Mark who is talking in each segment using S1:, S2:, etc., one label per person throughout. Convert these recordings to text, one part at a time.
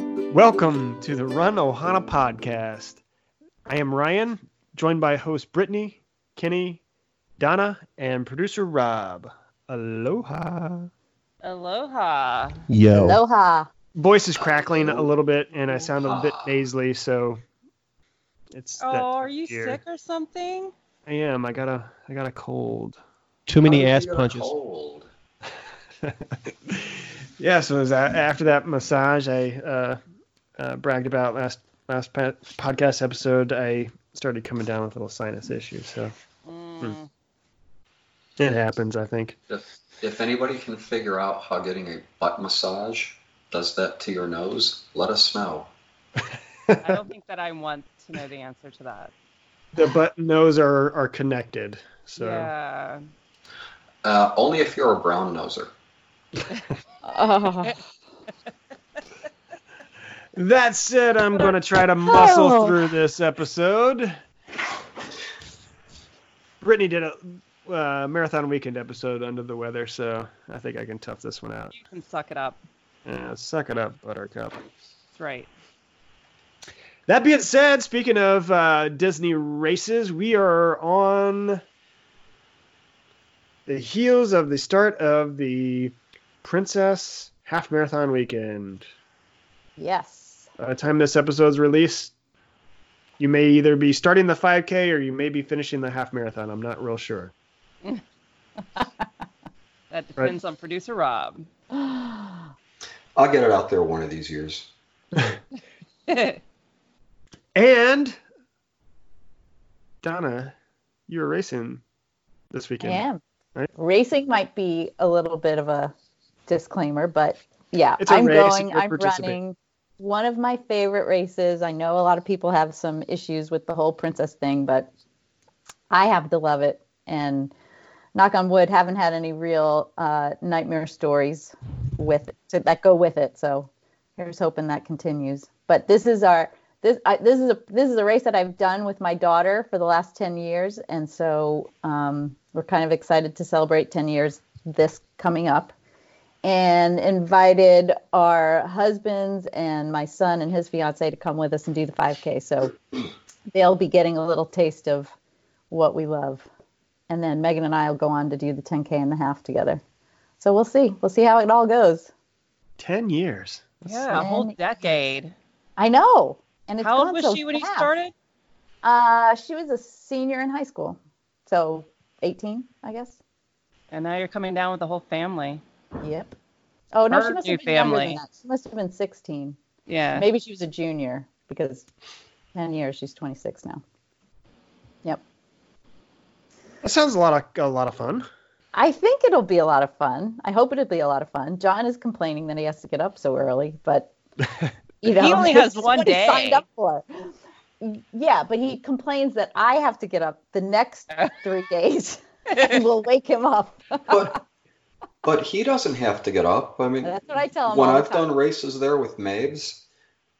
S1: Welcome to the Run Ohana podcast. I am Ryan, joined by host Brittany, Kenny, Donna, and producer Rob. Aloha.
S2: Aloha.
S3: Yo.
S4: Aloha.
S1: Voice is crackling a little bit, and I sound a bit nasally, so it's.
S2: Oh,
S1: that
S2: are
S1: time
S2: you
S1: of year.
S2: sick or something?
S1: I am. I got a. I got a cold.
S3: Too many
S5: Oh,
S3: ass
S5: you're
S3: punches.
S5: cold.
S1: yeah, so it was a- after that massage I uh, uh, bragged about last last pa- podcast episode, I started coming down with a little sinus issue. So
S2: Mm.
S1: it happens, I think.
S5: If, if anybody can figure out how getting a butt massage does that to your nose, let us know.
S2: I don't think that I want to know the answer to that.
S1: The butt and nose are are connected. So
S2: Yeah.
S5: Uh, only if you're a brown noser.
S4: Oh.
S1: that said, I'm gonna try to muscle
S4: Oh.
S1: through this episode. Brittany did a uh, marathon weekend episode under the weather, so I think I can tough this one out.
S2: You can suck it up.
S1: Yeah, suck it up, Buttercup.
S2: That's right.
S1: That being said, speaking of uh, Disney races, we are on the heels of the start of the Princess Half Marathon Weekend.
S4: yes.
S1: By the time this episode's released, you may either be starting the 5K or you may be finishing the half marathon. I'm not real sure.
S2: That depends on producer Rob.
S5: I'll get it out there one of these years.
S1: And Donna, you were racing this
S4: I
S1: weekend.
S4: am.
S1: Right.
S4: Racing might be a little bit of a disclaimer, but yeah,
S1: It's a
S4: I'm
S1: race and
S4: going.
S1: you're
S4: I'm
S1: participating.
S4: running one of my favorite races. I know a lot of people have some issues with the whole princess thing, but I happen to love it. And knock on wood, haven't had any real uh, nightmare stories with it, that go with it. So here's hoping that continues. But this is our this I, this is a this is a race that I've done with my daughter for the last ten years, and so um, we're kind of excited to celebrate ten years this coming up, and invited our husbands and my son and his fiance to come with us and do the 5K. So they'll be getting a little taste of what we love, and then Megan and I will go on to do the 10K and the half together. So we'll see. We'll see how it all goes.
S1: 10 years.
S2: yeah, a whole decade.
S4: I know. And it's
S2: How old
S4: gone
S2: was
S4: so
S2: she when you
S4: fast.
S2: started?
S4: Uh, she was a senior in high school, so 18, I guess.
S2: And now you're coming down with the whole family.
S4: Yep. Oh no,
S2: Her
S4: she must
S2: new
S4: have been younger
S2: family.
S4: than that. She must have been 16.
S2: Yeah.
S4: Maybe she was a junior because 10 years, she's 26 now.
S1: That sounds a lot of a lot of fun.
S4: I think it'll be a lot of fun. I hope it'll be a lot of fun. John is complaining that he has to get up so early, but you know,
S2: only has
S4: it's
S2: one
S4: what he
S2: day.
S4: signed up for. Yeah, but he complains that I have to get up the next three days and we'll wake him up.
S5: But but he doesn't have to get up. I mean,
S4: That's what I tell him.
S5: when
S4: all the
S5: I've
S4: time.
S5: done races there with Mabes,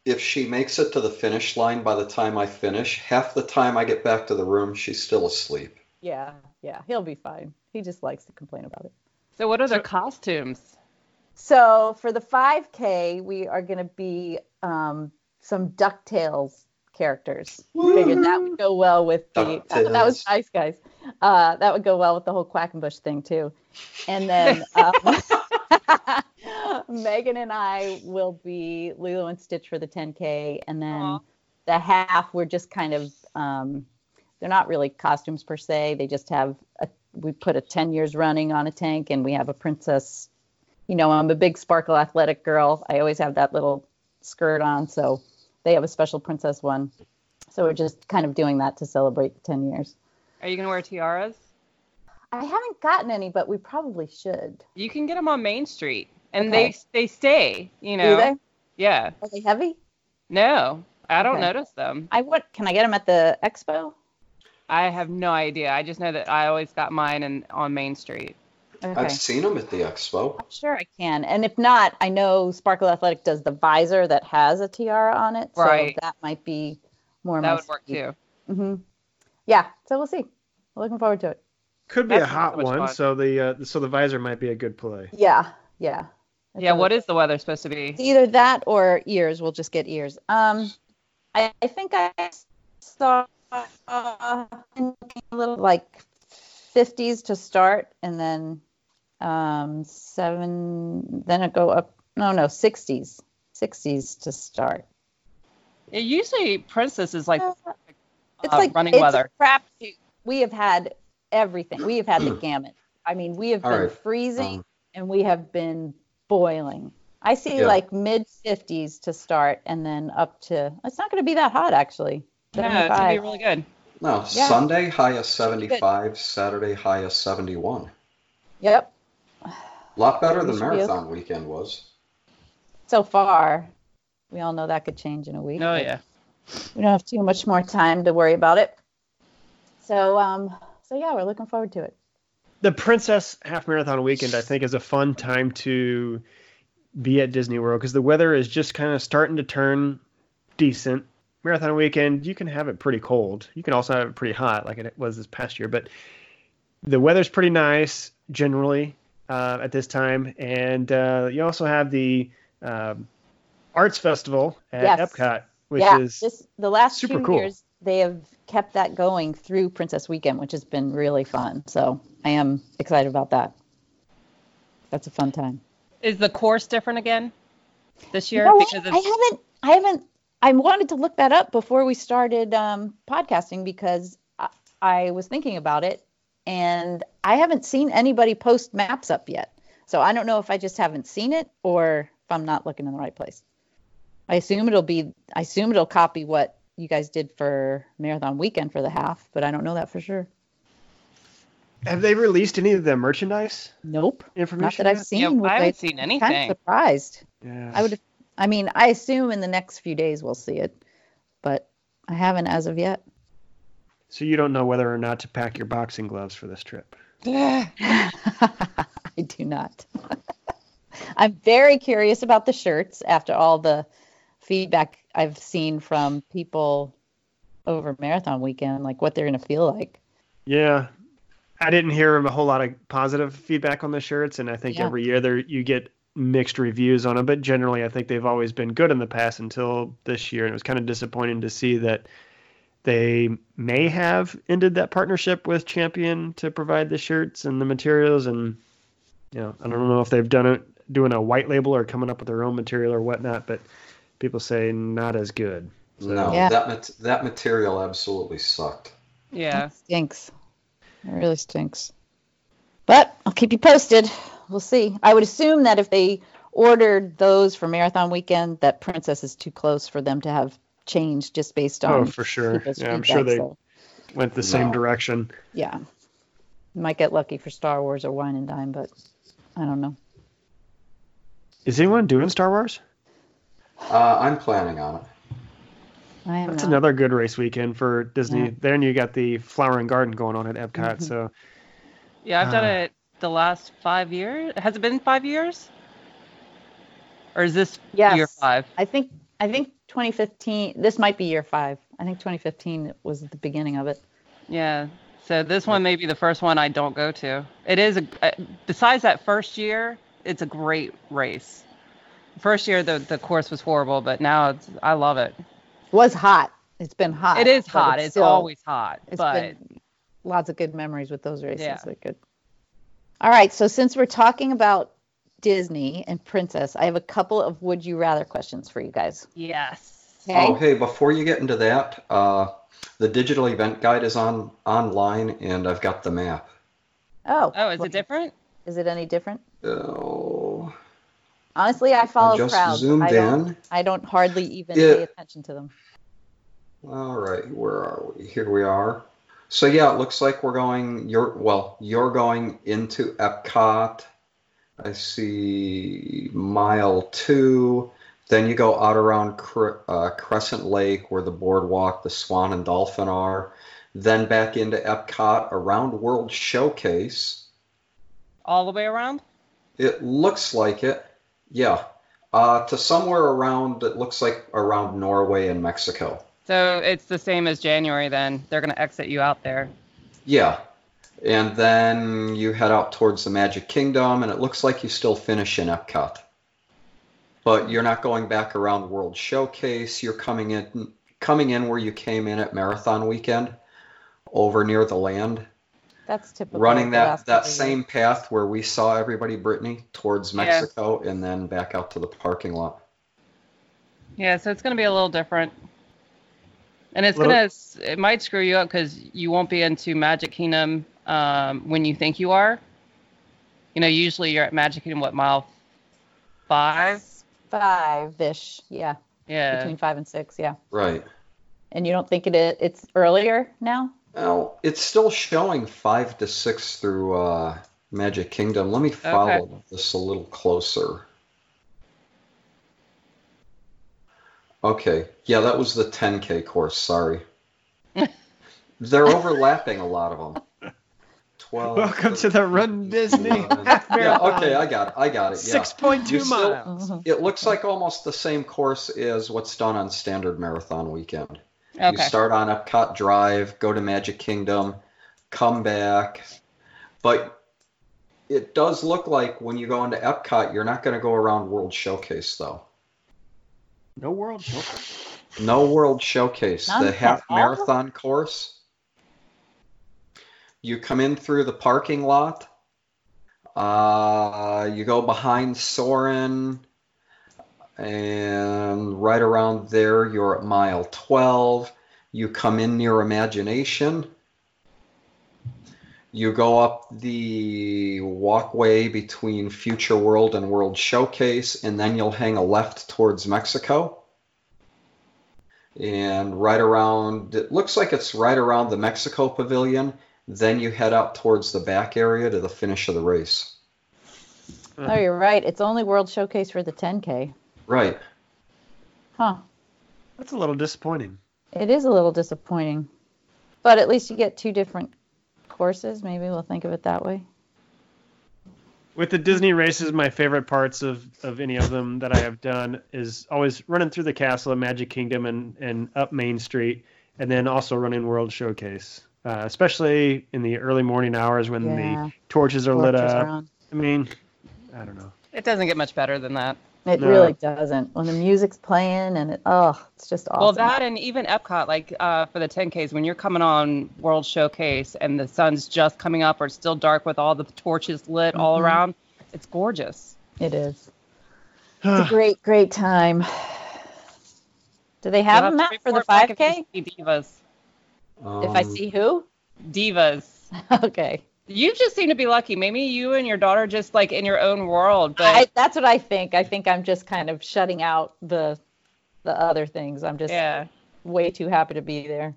S5: if she makes it to the finish line by the time I finish, half the time I get back to the room, she's still asleep.
S4: Yeah, yeah, he'll be fine. He just likes to complain about it.
S2: So what are their costumes?
S4: So for the 5K, we are going to be um, some Ducktales characters. Figured that would go well with the. That, that was
S5: DuckTales.
S4: nice, guys. Uh, that would go well with the whole Quackenbush thing too. And then um, Megan and I will be Lilo and Stitch for the 10K, and then
S2: Aw.
S4: the half we're just kind of. Um, they're not really costumes per se. They just have a, we put a 10 years running on a tank and we have a princess. You know, I'm a big sparkle athletic girl. I always have that little skirt on. So they have a special princess one. So we're just kind of doing that to celebrate the 10 years.
S2: Are you gonna wear tiaras?
S4: I haven't gotten any, but we probably should.
S2: You can get them on Main Street, and
S4: Okay.
S2: they they stay. You know.
S4: Do they?
S2: Yeah.
S4: Are they heavy?
S2: No, I don't
S4: Okay.
S2: notice them.
S4: I want, can I get them at the expo?
S2: I have no idea. I just know that I always got mine in, on Main Street.
S4: Okay.
S5: I've seen him at the expo.
S4: I'm sure I can. And if not, I know Sparkle Athletic does the visor that has a tiara on it.
S2: Right.
S4: So that might be more my
S2: That would work
S4: speed.
S2: too.
S4: hmm Yeah, so we'll see. Looking forward to it.
S1: Could be
S2: That
S1: a
S2: sounds
S1: hot
S2: so much
S1: one,
S2: fun.
S1: so the uh, so the visor might be a good play.
S4: Yeah, yeah.
S2: Yeah, what is the weather supposed to be?
S4: It's either that or ears. We'll just get ears. Um, I, I think I saw uh, a little like 50s to start, and then um, seven. Then it go up. No, no, 60s. 60s to start.
S2: It usually Princess is like,
S4: Uh,
S2: uh,
S4: It's like
S2: running
S4: it's
S2: weather.
S4: A crap shoot. We have had everything. We have had the gamut. I mean, we have
S5: All
S4: been
S5: right.
S4: freezing
S5: Um,
S4: and we have been boiling. I see
S5: Yeah.
S4: like mid 50s to start and then up to it's not going to be that hot actually.
S2: yeah, it's gonna be
S4: 75.
S2: really good.
S5: no,
S4: Yeah.
S5: Sunday high of 75, Saturday high of 71.
S4: Yep.
S5: A lot better
S4: We
S5: than
S4: should be
S5: marathon weekend was.
S4: So far, we all know that could change in a week.
S2: Oh
S4: but
S2: yeah.
S4: We don't have too much more time to worry about it. So um so yeah, we're looking forward to it.
S1: the Princess Half Marathon weekend, I think, is a fun time to be at Disney World because the weather is just kind of starting to turn decent. Marathon weekend, you can have it pretty cold. You can also have it pretty hot, like it was this past year. But the weather's pretty nice generally uh, at this time, and uh, you also have the um, arts festival at
S4: Yes.
S1: Epcot, which
S4: yeah,
S1: is
S4: this, the last
S1: super
S4: two
S1: cool.
S4: years they have kept that going through Princess Weekend, which has been really fun. So I am excited about that. That's a fun time.
S2: Is the course different again this year?
S4: You know what?
S2: because
S4: I
S2: it's,
S4: haven't, I haven't, I wanted to look that up before we started um, podcasting because I, I was thinking about it, and I haven't seen anybody post maps up yet. So I don't know if I just haven't seen it or if I'm not looking in the right place. I assume it'll be, I assume it'll copy what you guys did for marathon weekend for the half, but I don't know that for sure.
S1: have they released any of the merchandise
S4: Nope, not
S1: information?
S4: that I've
S1: yet?
S4: seen.
S2: Yeah,
S4: which
S2: I haven't
S4: I'm
S2: seen
S4: Kind of
S2: anything.
S4: surprised.
S1: Yeah.
S4: I would. I mean, I assume in the next few days we'll see it, but I haven't as of yet.
S1: So you don't know whether or not to pack your boxing gloves for this trip.
S4: I do not. I'm very curious about the shirts after all the feedback I've seen from people over marathon weekend, like what they're going to feel like.
S1: Yeah. I didn't hear a whole lot of positive feedback on the shirts, and I think
S4: Yeah.
S1: every year there you get mixed reviews on them. But generally, I think they've always been good in the past until this year, and it was kind of disappointing to see that they may have ended that partnership with Champion to provide the shirts and the materials. And you know, I don't know if they've done it doing a white label or coming up with their own material or whatnot, but people say not as good.
S5: no,
S4: Yeah.
S5: that mat- that material absolutely sucked.
S2: yeah.
S4: It stinks. It really stinks. But I'll keep you posted. We'll see. I would assume that if they ordered those for marathon weekend, that Princess is too close for them to have changed just based on.
S1: Oh, for sure.
S4: people's
S1: Yeah, I'm
S4: feedback,
S1: sure they
S4: so,
S1: went the same
S5: No.
S1: direction.
S4: yeah. Might get lucky for Star Wars or Wine and Dime, but I don't know.
S1: Is anyone doing Star Wars?
S5: Uh, I'm planning on it.
S4: I am
S1: That's
S4: not.
S1: another good race weekend for Disney.
S4: Yeah. Mm-hmm.
S1: Then you got the Flower and Garden going on at Epcot. So
S2: Yeah, I've done
S1: Ah.
S2: it the last five years. Has it been five years? Or is this
S4: Yes.
S2: year five?
S4: I think I think 2015. This might be year five. I think 2015 was the beginning of it.
S2: Yeah. So this one may be the first one I don't go to. It is a uh, besides that first year, it's a great race. First year the the course was horrible, but now it's, I love it.
S4: Was hot. It's been hot.
S2: It is
S4: but
S2: hot. It's,
S4: still-
S2: always hot.
S4: It's
S2: but
S4: been lots of good memories with those races.
S2: Yeah.
S4: They're good. All right. So since we're talking about Disney and Princess, I have a couple of would you rather questions for you guys.
S2: yes.
S4: Okay.
S5: Oh, hey, before you get into that, uh, the digital event guide is on online, and I've got the map.
S4: Oh.
S2: Oh, is
S4: well,
S2: it different?
S4: Is it any different?
S5: Oh,
S4: Honestly, I
S5: I
S4: follow
S5: just
S4: crowds.
S5: zoomed
S4: I don't,
S5: in.
S4: I don't hardly even
S5: Yeah.
S4: pay attention to them.
S5: All right, where are we? Here we are. So yeah, it looks like we're going. You're well. You're going into Epcot. I see mile two. Then you go out around Cre- uh, Crescent Lake, where the boardwalk, the Swan and Dolphin are. Then back into Epcot around World Showcase.
S2: All the way around?
S5: It looks like it. Yeah. Uh, to somewhere around. It looks like around Norway and Mexico.
S2: So it's the same as January then. They're going to exit you out there.
S5: Yeah. And then you head out towards the Magic Kingdom, and it looks like you still finish in Epcot. but you're not going back around World Showcase. You're coming in coming in where you came in at Marathon Weekend, over near the land,
S4: That's typical.
S5: running
S4: of the
S5: that
S4: last
S5: that
S4: couple of
S5: same
S4: years.
S5: path where we saw everybody, Brittany, towards
S2: Yeah.
S5: Mexico, and then back out to the parking lot.
S2: Yeah, so it's going to be a little different. And it's
S1: Little-
S2: going to, it might screw you up because you won't be into Magic Kingdom um, when you think you are. You know, usually you're at Magic Kingdom, what, mile five?
S4: Five-ish, yeah,
S2: Yeah.
S4: between five and six, yeah.
S5: Right.
S4: And you don't think it i- it's earlier now?
S5: Now it's still showing five to six through uh, Magic Kingdom. Let me follow this a little closer. Okay, yeah, that was the 10K course. Sorry, they're overlapping a lot of them. 12.
S1: Welcome to the Run Disney
S5: 11.
S1: Half
S5: uh, yeah,
S1: Marathon.
S5: okay, I got it. I got it. Yeah,
S1: Six point
S5: You
S1: two
S5: still-
S1: miles.
S4: Mhm.
S5: it looks like almost the same course as what's done on standard marathon weekend. You
S2: Okay.
S5: start on Epcot Drive, go to Magic Kingdom, come back. But it does look like when you go into Epcot, you're not going to go around World Showcase, though.
S1: No world. no-
S5: No World Showcase,
S4: None
S5: the
S4: at
S5: half
S4: all?
S5: marathon course. You come in through the parking lot. Uh, you go behind Soren. And right around there, you're at mile 12. You come in near Imagination. You go up the walkway between Future World and World Showcase, and then you'll hang a left towards Mexico and right around it looks like it's right around the Mexico pavilion. Then you head out towards the back area to the finish of the race.
S4: Oh, you're right. It's only World Showcase for the 10K.
S5: Right.
S4: Huh.
S1: That's a little disappointing.
S4: It is a little disappointing. But at least you get two different courses. Maybe we'll think of it that way.
S1: With the Disney races, my favorite parts of, of any of them that I have done is always running through the castle of Magic Kingdom and, and up Main Street, and then also running World Showcase, uh, especially in the early morning hours when
S4: Yeah.
S1: the torches are lit
S4: Torches
S1: up.
S4: are on.
S1: I mean, I don't know.
S2: It doesn't get much better than that.
S4: It
S1: No.
S4: really doesn't. When the music's playing and it, oh, it's just awesome.
S2: Well, that and even Epcot, like uh, for the 10Ks, when you're coming on World Showcase and the sun's just coming up or it's still dark with all the torches lit all
S4: Mhm.
S2: around, it's gorgeous.
S4: It is. It's a great, great time. Do they have
S2: You'll
S4: them
S2: to
S4: out for the
S2: report back if
S4: 5K?
S2: you see Divas.
S4: If I
S5: Um,
S4: see who?
S2: Divas.
S4: Okay.
S2: You just seem to be lucky. Maybe you and your daughter just like in your own world, but
S4: I, that's what I think. I think I'm just kind of shutting out the the other things. I'm just
S2: yeah.
S4: way too happy to be there.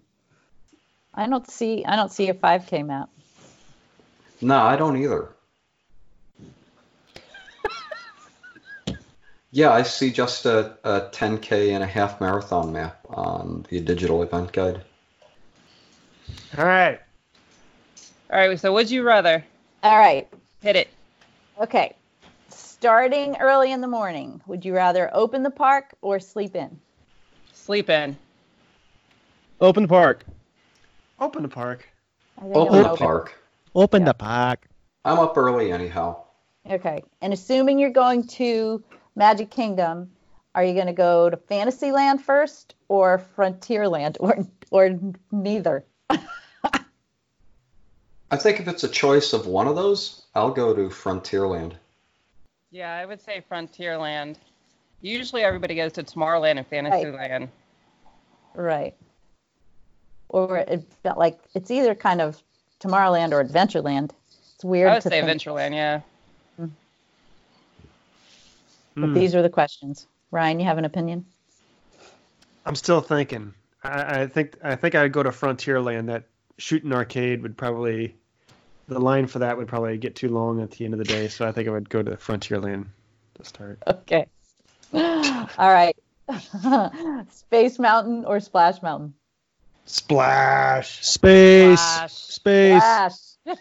S4: I don't see I don't see a 5K map.
S5: No, I don't either. yeah, I see just a, a 10K and a half marathon map on the digital event guide.
S1: All right.
S2: All right. So would you rather
S4: All right.
S2: hit it?
S4: Okay. Starting early in the morning, would you rather open the park or sleep in?
S2: Sleep in.
S3: Open the park.
S1: Open the park.
S4: I think
S5: Open
S4: I'm
S5: the park.
S3: Open
S4: Yeah.
S3: the park.
S5: I'm up early anyhow.
S4: Okay. And assuming you're going to Magic Kingdom, are you going to go to Fantasyland first or Frontierland or or neither?
S5: I think if it's a choice of one of those, I'll go to Frontierland.
S2: Yeah, I would say Frontierland. Usually everybody goes to Tomorrowland and Fantasyland.
S4: Right. Or it felt like it's either kind of Tomorrowland or Adventureland. It's weird
S2: I would
S4: to
S2: say
S4: think,
S2: Adventureland. Yeah.
S4: but
S1: Hmm.
S4: these are the questions. Ryan, you have an opinion?
S1: I'm still thinking. I, I think I think I'd go to Frontierland. That shooting arcade would probably the line for that would probably get too long at the end of the day. So I think I would go to Frontierland to start.
S4: Okay. All right. Space Mountain or Splash Mountain?
S1: Splash.
S3: Space.
S2: Splash.
S3: Space.
S4: Splash.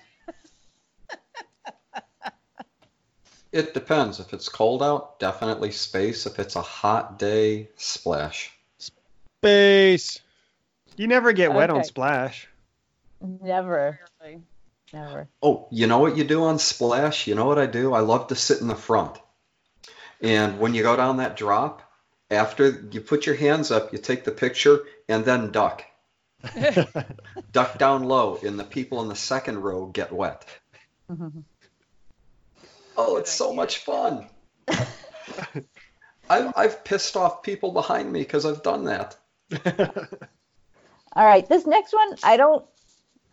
S5: It depends. If it's cold out, definitely space. If it's a hot day, splash.
S3: Space.
S1: You never get wet on
S4: Okay.
S1: Splash.
S4: Never, never.
S5: Oh, you know what you do on splash? You know what I do? I love to sit in the front. And when you go down that drop, after you put your hands up, you take the picture and then duck. duck down low, and the people in the second row get wet. Oh, it's so much fun. I've, I've pissed off people behind me because I've done that.
S4: All right, this next one, I don't,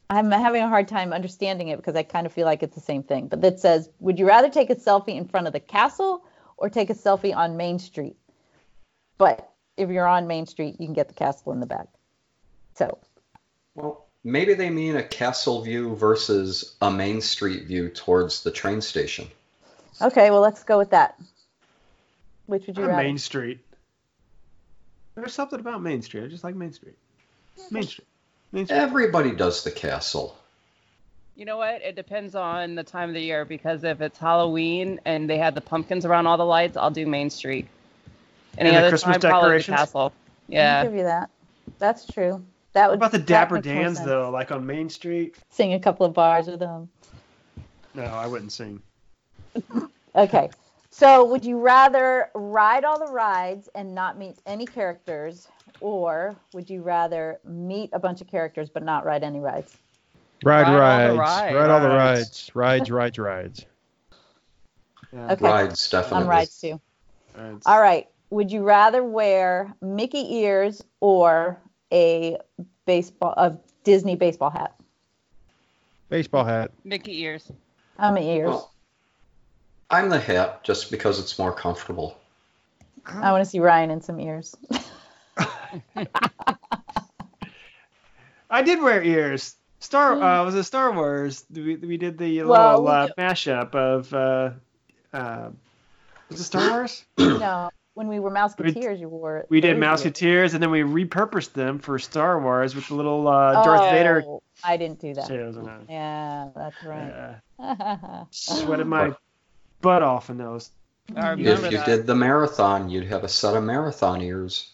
S4: I'm having a hard time understanding it because I kind of feel like it's the same thing. But that says, would you rather take a selfie in front of the castle or take a selfie on Main Street? But if you're on Main Street, you can get the castle in the back. So,
S5: Well, maybe they mean a castle view versus a main street view towards the train station.
S4: okay, well, let's go with that. Which would you
S1: On
S4: rather?
S1: Main Street. There's something about Main Street. I just like Main Street. Main Street. Main Street.
S5: Everybody does the castle.
S2: You know what? It depends on the time of the year because if it's Halloween and they had the pumpkins around all the lights, I'll do Main Street. Any
S1: And the
S2: other
S1: Christmas
S2: time, I'll do the
S1: decorations?
S2: castle.
S4: I'll
S2: Yeah.
S4: give you that. That's true. That
S1: What
S4: would
S1: about the
S4: that
S1: Dapper
S4: makes more
S1: Dans
S4: sense.
S1: though? Like on Main Street?
S4: Sing a couple of bars with them.
S1: No, I wouldn't sing.
S4: Okay. So, would you rather ride all the rides and not meet any characters, or would you rather meet a bunch of characters but not ride any rides?
S3: Ride,
S2: Ride all
S3: rides.
S2: the rides.
S3: Ride all the
S1: Rides.
S3: rides. Rides, rides, rides.
S1: Yeah.
S4: Okay.
S5: Rides, definitely.
S4: On rides too.
S1: Rides.
S4: All right. Would you rather wear Mickey ears or a baseball a Disney baseball hat?
S3: Baseball hat.
S2: Mickey ears.
S4: How many ears?
S5: Well, I'm the hat just because it's more comfortable.
S4: I want to see Ryan in some ears.
S1: I did wear ears. Star uh, was it Star Wars? We, we did the little
S4: Mm. Well, we
S1: uh,
S4: do-
S1: mashup of uh, uh, was it Star Wars?
S4: no, when we were Mouseketeers, you wore it.
S1: We did
S4: those ears.
S1: Mouseketeers, and then we repurposed them for Star Wars with the little uh, Darth Vader
S4: Oh, I didn't do that.
S1: shows on it.
S4: Yeah, that's right.
S1: Yeah. Sweated my butt off in those.
S2: I remember
S5: If you
S2: that.
S5: did the marathon, you'd have a set of marathon ears.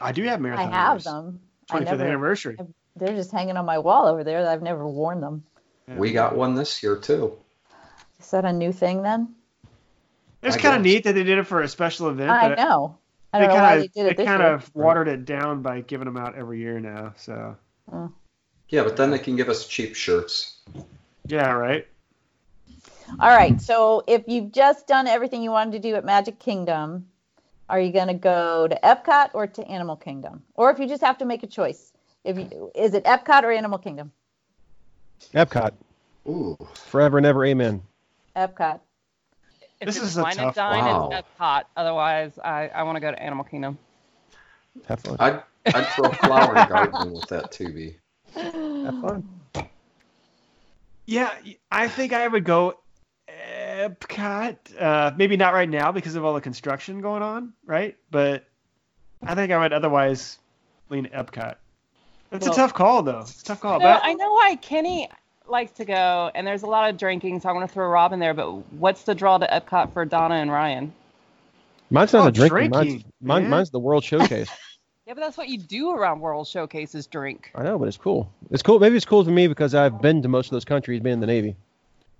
S1: I do have
S4: I
S1: marathon.
S4: have
S1: ears.
S4: them. I
S1: 25th
S4: never,
S1: anniversary.
S4: They're just hanging on my wall over there. I've never worn them.
S5: We got one this year too.
S4: Is that a new thing then?
S1: It's
S5: I
S1: kind of
S5: guess.
S1: neat that they did it for a special event.
S4: I
S1: but
S4: know. I
S1: they
S4: don't know
S1: kinda,
S4: why they did it this
S1: kind
S4: year.
S1: of watered it down by giving them out every year now. So
S5: Yeah, but then they can give us cheap shirts.
S1: yeah, right.
S4: All right. So if you've just done everything you wanted to do at Magic Kingdom, are you going to go to Epcot or to Animal Kingdom? Or if you just have to make a choice, if you, is it Epcot or Animal Kingdom?
S3: Epcot.
S5: Ooh.
S3: Forever and ever. Amen.
S4: Epcot.
S2: If
S1: This
S2: it's
S1: is a
S2: wine
S1: tough
S2: and dine,
S5: one.
S2: it's Epcot. Otherwise, I, I want to go to Animal Kingdom.
S3: Have fun.
S5: I'd, I'd throw a flower garden with that TV.
S3: Have fun.
S1: Yeah, I think I would go Epcot. Uh, maybe not right now because of all the construction going on, right? But I think I would otherwise lean Epcot. It's
S2: Well-
S1: a tough call, though. It's a tough call.
S2: No,
S1: But
S2: I know why Kenny likes to go, and there's a lot of drinking, so I want to throw Rob in there. But what's the draw to Epcot for Donna and Ryan?
S3: Mine's not
S1: Oh,
S3: a drinking.
S1: drinking,
S3: Mine's, mine,
S1: yeah.
S3: mine's the World Showcase.
S2: Yeah, but that's what you do around World Showcases drink.
S3: I know, but it's cool. It's cool. Maybe it's cool for me because I've been to most of those countries, being in the Navy.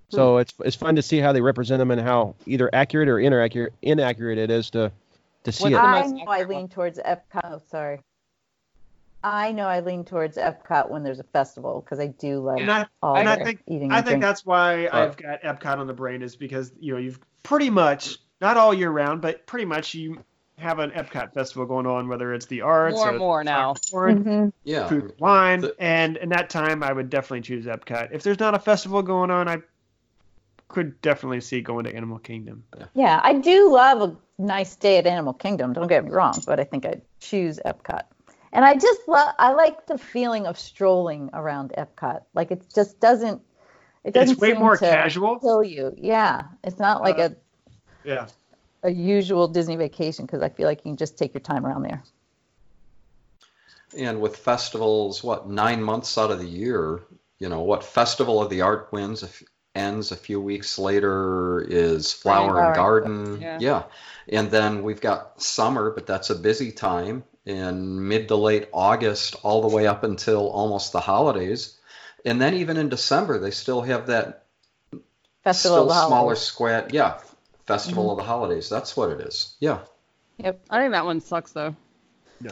S3: So it's it's fun to see how they represent them and how either accurate or inaccurate inaccurate it is to to see
S2: What's
S3: it.
S2: the
S4: I
S2: most
S4: know I
S2: accurate
S4: lean
S2: one.
S4: towards Epcot. Oh, sorry. I know I lean towards Epcot when there's a festival because I do love
S1: and I,
S4: all
S1: and I
S4: the
S1: think-
S4: eating.
S1: I think
S4: and drinking.
S1: that's why I've got Epcot on the brain is because you know you've pretty much not all year round, but pretty much you have an Epcot festival going on, whether it's the arts
S2: More and
S1: or
S2: more now.
S1: foreign
S4: Mhm.
S5: Yeah.
S2: Um,
S1: food, and wine,
S5: The-
S1: and in that time, I would definitely choose Epcot. If there's not a festival going on, I could definitely see going to Animal Kingdom.
S4: Yeah, I do love a nice day at Animal Kingdom. Don't get me wrong, but I think I choose Epcot. And I just love. I like the feeling of strolling around Epcot. Like it just doesn't. It doesn't.
S1: It's way
S4: seem
S1: more
S4: to
S1: casual.
S4: Kill you. Yeah, it's not like
S1: Uh, Yeah,
S4: a, a usual Disney vacation because I feel like you can just take your time around there.
S5: And with festivals, what, nine months out of the year, you know, what Festival of the Art wins if ends a few weeks later is Flower and Garden.
S2: Yeah.
S5: And then we've got summer, but that's a busy time in mid to late August all the way up until almost the holidays. And then even in December, they still have that
S4: Festival of the
S5: still smaller
S4: Holidays. Mm-hmm.
S5: square. Yeah. Festival of the Holidays. That's what it is. Yeah.
S4: Yep.
S2: I think that one sucks though.
S1: Yeah.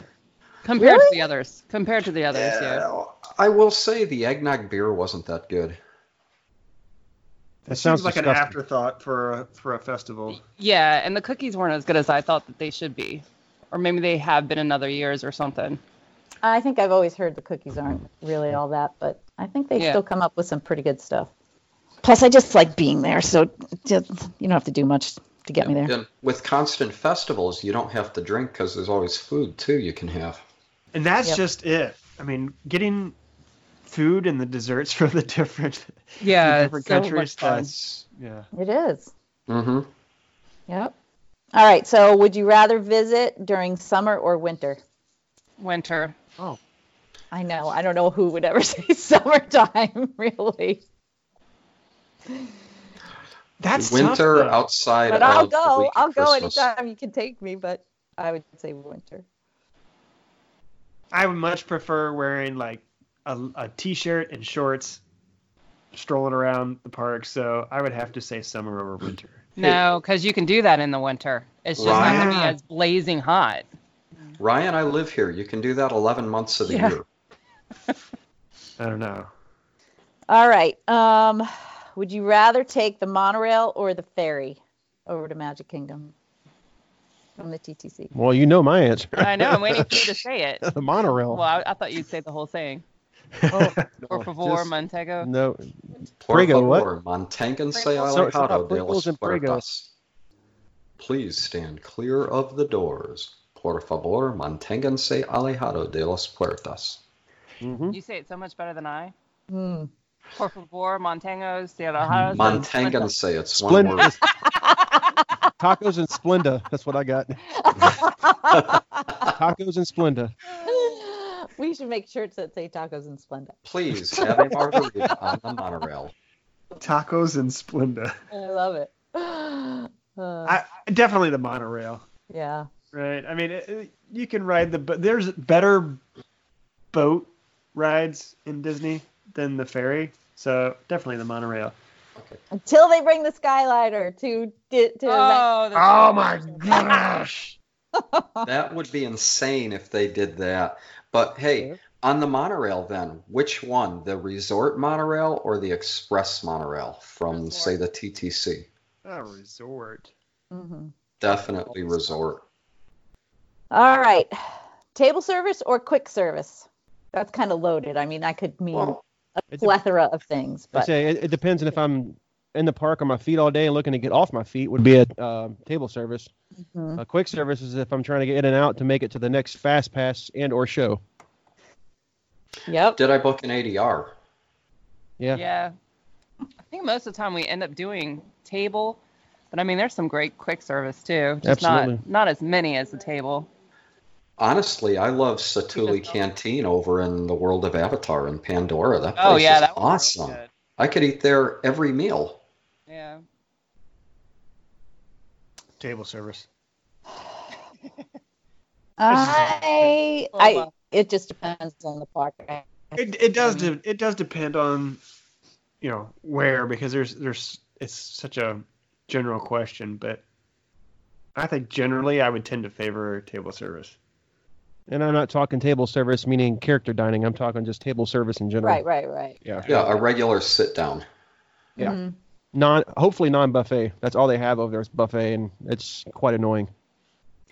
S2: Compared to
S4: Really?
S2: the others. Compared to the others, yeah.
S5: Uh, I will say the eggnog beer wasn't that good.
S3: That
S1: Seems
S3: sounds
S1: like an
S3: disgusting.
S1: afterthought for a, for a festival.
S2: Yeah, and the cookies weren't as good as I thought that they should be. Or maybe they have been in other years or something.
S4: I think I've always heard the cookies aren't really all that, but I think they
S2: Yeah.
S4: still come up with some pretty good stuff. Plus, I just like being there, so just, you don't have to do much to get me there.
S5: And with constant festivals, you don't have to drink because there's always food too you can have.
S1: And that's
S4: Yep.
S1: just it. I mean, getting food and the desserts from the different, the
S2: Yeah,
S1: different
S2: Uh, so
S1: countries.
S2: much fun.
S1: That's yeah.
S4: It is.
S5: Mm-hmm.
S4: Yep. All right. So, would you rather visit during summer or winter?
S2: Winter.
S4: I know. I don't know who would ever say summertime, really.
S1: That's tough,
S5: Winter
S1: though.
S5: outside.
S4: But I'll
S5: of the
S4: go.
S5: week of
S4: I'll go
S5: Christmas.
S4: anytime you can take me, but I would say winter.
S1: I would much prefer wearing like a, a t-shirt and shorts, strolling around the park. So I would have to say summer over winter.
S2: No, because you can do that in the winter. It's just not going to be
S1: Right.
S2: as blazing hot.
S5: Ryan, I live here. You can do that 11 months of the
S2: Yeah.
S5: year.
S1: I don't know.
S4: All right. Um, would you rather take the monorail or the ferry over to Magic Kingdom from the TTC?
S3: Well, you know my answer.
S2: I know. I'm waiting for you to say it.
S3: the monorail.
S2: Well, I, I thought you'd say the whole thing.
S1: Oh.
S2: Por favor,
S3: just-
S2: Montego.
S3: No,
S5: Por
S3: Prego, what?
S5: favor, Montangan say
S2: Prego.
S5: I
S3: So
S5: like
S3: it's about
S5: how de
S3: Pringles
S5: los
S3: and Prego.
S5: puertas. Please stand clear of the doors. Por favor, manténganse alejado de las puertas.
S3: hmm
S2: You say it so much better than I.
S4: Hmm.
S2: Por favor, Montangos, de Alojados.
S5: Manténganse, it's one
S3: Splendid.
S5: word.
S3: tacos and Splenda. That's what I got. tacos and Splenda.
S4: we should make shirts that say tacos and Splenda.
S5: Please have a margarita on the monorail.
S1: Tacos and Splenda.
S4: I love it. Uh,
S1: I definitely the monorail.
S4: yeah.
S1: Right. I mean, it, it- you can ride the but there's better boat rides in Disney than the ferry. So definitely the monorail.
S4: Until they bring the Skyliner to di- to that-
S2: Oh, that's
S1: Oh my gosh.
S5: That would be insane if they did that. But hey, on the monorail then, which one? The resort monorail or the express monorail from, say, the TTC?
S1: A resort.
S4: Mhm.
S5: Definitely resort.
S4: All right. Table service or quick service? That's kind of loaded. I mean, I could mean
S5: Well,
S4: a
S3: it dep-
S4: plethora of things,
S3: I
S4: but
S3: say it, it depends on if I'm in the park on my feet all day and looking to get off my feet would be a uh, table service.
S2: Mm-hmm.
S4: Mhm.
S3: A quick service is if I'm trying to get in and out to make it to the next fast pass and or show.
S4: yep.
S5: Did I book an ADR?
S3: Yeah.
S2: Yeah. I think most of the time we end up doing table, but I mean, there's some great quick service too. Just
S3: Absolutely.
S2: not not as many as the table.
S5: Honestly, I love Satuli Canteen over in the world of Avatar in Pandora. That place
S2: Oh yeah,
S5: is
S2: that was
S5: awesome.
S2: really good.
S5: I could eat there every meal.
S2: Yeah.
S1: Table service.
S4: I,
S2: Oh,
S4: I,
S2: wow.
S4: it just depends on the park. I-
S1: It, it does de- it does depend on you know where because there's there's it's such a general question, but I think generally I would tend to favor table service.
S3: And I'm not talking table service meaning character dining. I'm talking just table service in general.
S4: Right, right, right.
S3: Yeah.
S5: Yeah, a regular sit down.
S3: Yeah.
S4: Mhm.
S3: Non hopefully non buffet. That's all they have over there is buffet and it's quite annoying.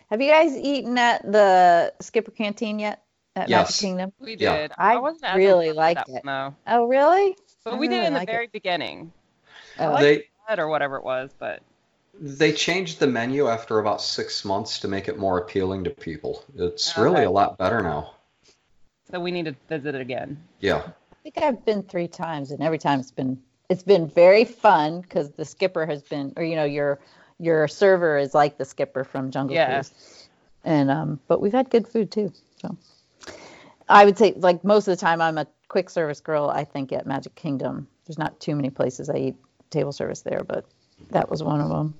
S4: Have you guys eaten at the Skipper Canteen yet at Magic
S5: Yes.
S4: Kingdom?
S2: We
S5: Yeah.
S2: did.
S4: I
S2: wasn't as impressed
S4: really
S2: with
S4: like
S2: that
S4: it.
S2: One, though.
S4: Oh, really?
S2: But
S4: I
S2: we did
S4: really
S2: it in the
S4: like it.
S2: very beginning.
S4: Oh,
S2: like-
S5: They
S2: Red or whatever it was, but
S5: they changed the menu after about six months to make it more appealing to people. It's
S2: Okay.
S5: really a lot better now.
S2: so we need to visit it again.
S5: Yeah.
S4: I think I've been three times, and every time it's been it's been very fun because the skipper has been, or you know, your your server is like the skipper from Jungle
S2: Yeah.
S4: Cruise, and um, but we've had good food too. So I would say, like most of the time, I'm a quick service girl. I think at Magic Kingdom, there's not too many places I eat table service there, but that was one of them.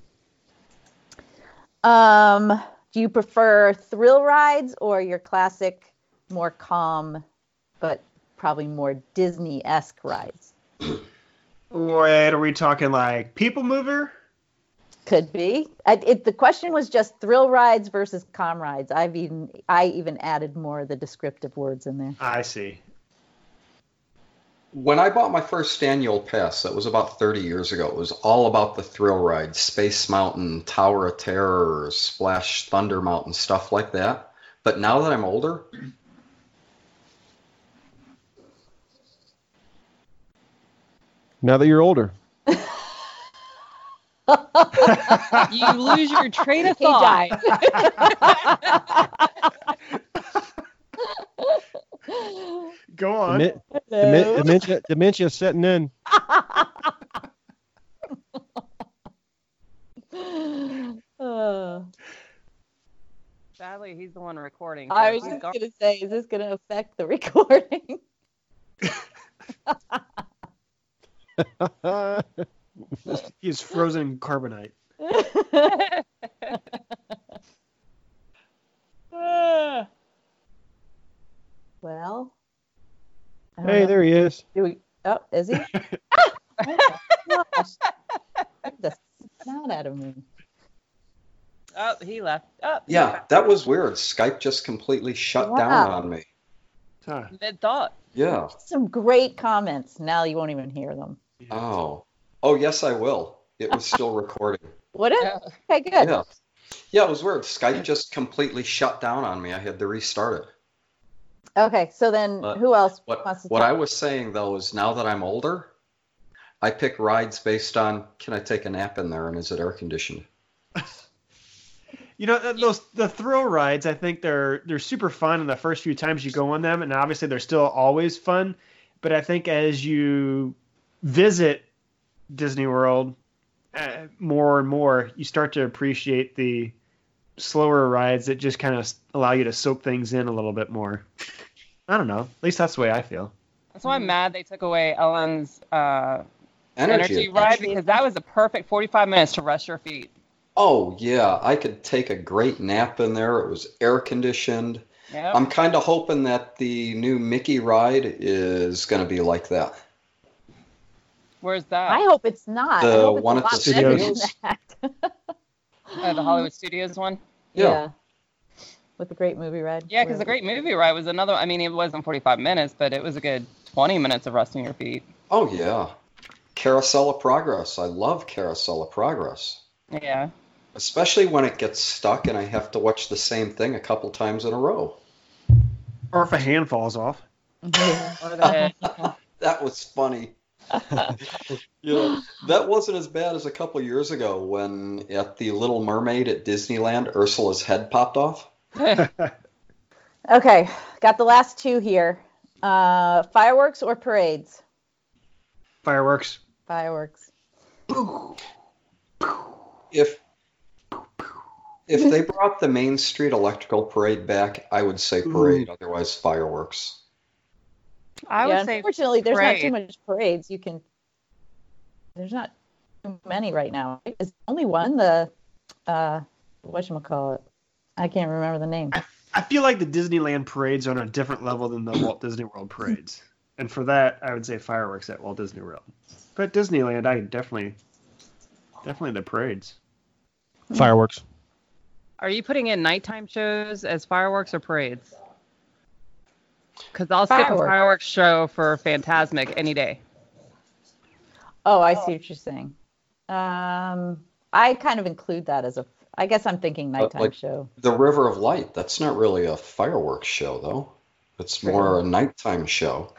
S4: Um, do you prefer thrill rides or your classic, more calm, but probably more Disney-esque rides?
S1: Wait, are we talking like people mover?
S4: Could be. I, it, the question was just thrill rides versus com rides. I've even I even added more of the descriptive words in there.
S1: I see.
S5: When I bought my first annual pass, that was about 30 years ago, it was all about the thrill ride, Space Mountain, Tower of Terror, Splash Thunder Mountain, stuff like that. But now that I'm older,
S3: Now that you're older,
S2: You lose your train of
S4: He
S2: thought.
S4: died.
S1: Go on.
S3: Demi- demi- dementia, dementia setting in.
S4: Oh.
S2: Sadly, he's the one recording. so
S4: I
S2: if
S4: was
S2: he's
S4: just
S2: gone-
S4: gonna say, is this gonna affect the recording?
S1: He's frozen carbonite.
S4: well, I don't
S3: hey,
S4: know.
S3: there he is.
S4: Do we? Oh, is he? oh, gosh. Get the snot out of me.
S2: Oh, he left. Oh, he
S5: yeah,
S2: left.
S5: that was weird. Skype just completely shut down
S4: Wow.
S5: on me.
S1: Huh.
S2: Mid thought.
S5: Yeah.
S4: Some great comments. Now you won't even hear them.
S5: Oh. Oh, yes, I will. It was still recording.
S4: What? If?
S2: Yeah.
S4: Okay, good.
S5: Yeah. Yeah, it was weird. Skype just completely shut down on me. I had to restart it.
S4: Okay, so then
S5: Uh,
S4: who else
S5: What
S4: wants to
S5: what
S4: talk?
S5: I was saying though is now that I'm older, I pick rides based on can I take a nap in there and is it air conditioned?
S1: You know th- those the thrill rides. I think they're they're super fun in the first few times you go on them, and obviously they're still always fun. But I think as you visit Disney World uh, more and more, you start to appreciate the slower rides that just kind of allow you to soak things in a little bit more. I don't know. At least that's the way I feel.
S2: That's
S4: Mm-hmm.
S2: why I'm mad they took away Ellen's uh,
S5: Energy.
S2: energy, ride because that was the perfect 45 minutes to rest your feet.
S5: Oh yeah, I could take a great nap in there. It was air conditioned.
S2: Yep.
S5: I'm kind of hoping that the new Mickey ride is going to be like that.
S2: Where's that?
S4: I hope it's not. I
S5: The
S4: hope it's
S5: one
S4: a
S5: at the
S4: lot better than
S5: studios?
S4: that.
S2: Uh, the Hollywood Studios one.
S5: Yeah.
S4: With the great movie ride.
S2: Yeah, because the great movie ride was another. I mean, it wasn't 45 minutes, but it was a good 20 minutes of resting your feet.
S5: Oh yeah. Carousel of Progress. I love Carousel of Progress.
S2: Yeah.
S5: Especially when it gets stuck and I have to watch the same thing a couple times in a row.
S1: Or if a hand falls off.
S4: Yeah.
S2: Or the-
S5: That was funny. you know, that wasn't as bad as a couple years ago when at the Little Mermaid at Disneyland, Ursula's head popped off.
S4: okay, got the last two here. Uh, fireworks or parades?
S1: Fireworks.
S4: Fireworks.
S5: If if they brought the Main Street Electrical Parade back, I would say parade, otherwise fireworks.
S2: I
S4: Yeah,
S2: would say
S4: unfortunately, there's not too
S2: parade.
S4: much parades. You can. There's not too many right now. right? Is there only one the, uh, what call it? I can't remember the name.
S1: I feel like the Disneyland parades are on a different level than the Walt Disney World parades. And for that, I would say fireworks at Walt Disney World. But Disneyland, I definitely, definitely the parades.
S3: Fireworks.
S2: Are you putting in nighttime shows as fireworks or parades? Because I'll skip a
S4: Fireworks.
S2: fireworks show for Fantasmic any day.
S4: Oh, I see what you're saying. Um, I kind of include that as a. I guess I'm thinking
S1: Uh,
S4: nighttime
S5: like-
S4: show.
S5: The River of Light, that's not really a fireworks show though. It's more a nighttime show.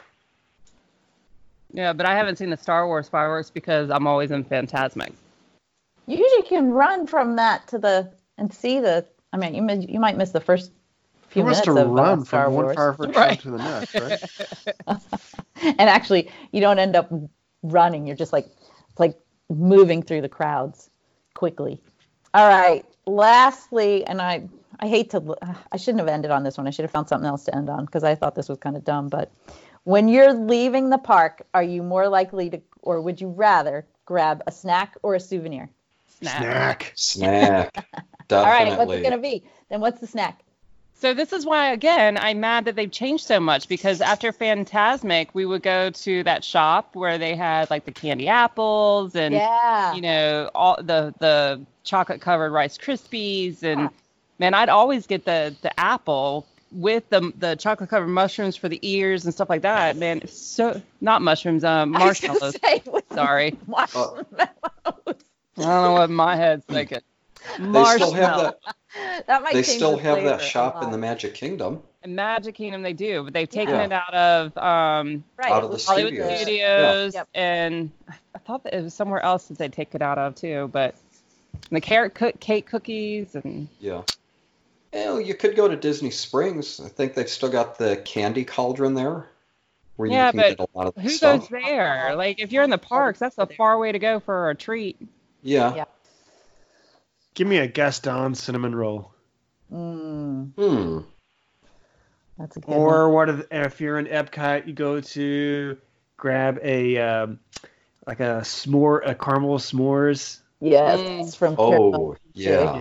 S2: Yeah, but I haven't seen the Star Wars fireworks because I'm always in Fantasmic.
S4: You usually can run from that to the and see the. I mean, you mi- you might miss the first few
S1: Who wants
S4: minutes
S1: to
S4: of uh,
S1: run
S4: Star
S1: from one
S4: Wars.
S1: fireworks show
S2: Right.
S1: to the next? Right?
S4: and actually you don't end up running you're just like like moving through the crowds quickly all right lastly and i i hate to i shouldn't have ended on this one i should have found something else to end on because i thought this was kind of dumb but when you're leaving the park are you more likely to or would you rather grab a snack or a souvenir
S2: Snap.
S5: Snack.
S4: all right what's
S5: Definitely.
S4: it going to be then what's the snack
S2: So this is why again I'm mad that they've changed so much because after Fantasmic we would go to that shop where they had like the candy apples and
S4: yeah
S2: you know all the the chocolate covered Rice Krispies, and man, I'd always get the the apple with the the chocolate covered mushrooms for the ears and stuff like that. Man, it's so not mushrooms, um,
S4: I was gonna
S2: marshmallows.
S4: say, with
S2: Sorry,
S4: marshmallows.
S2: I don't know what my head's thinking.
S5: They still have
S2: Marshmallow.
S5: that.
S4: that might
S5: They
S4: change
S5: still
S4: the
S5: have
S4: flavor Uh-huh.
S5: that shop
S4: a
S5: in the
S4: lot.
S5: Magic Kingdom.
S2: In Magic Kingdom, they do, but they've taken
S5: Yeah.
S2: it out of um,
S4: right.
S5: out of the
S4: with
S2: Hollywood
S5: Studios.
S2: Studios,
S4: Yeah. Yep.
S2: and I thought that it was somewhere else that they take it out of too. But and the carrot cook cake cookies and
S5: Yeah. Well, you could go to Disney Springs. I think they've still got the candy cauldron there, where
S2: Yeah,
S5: you can
S2: but
S5: get a lot of
S2: who
S5: stuff.
S2: goes there? Like if you're in the parks, that's a far way to go for a treat.
S5: Yeah.
S4: Yeah.
S1: Give me a Gaston cinnamon roll.
S4: Mm,
S5: Hmm.
S4: that's a good one.
S1: Or what if, if you're in Epcot, you go to grab a um, like a s'more, a caramel s'mores.
S4: Yes,
S2: Mm.
S4: from Caramel.
S5: Oh, yeah.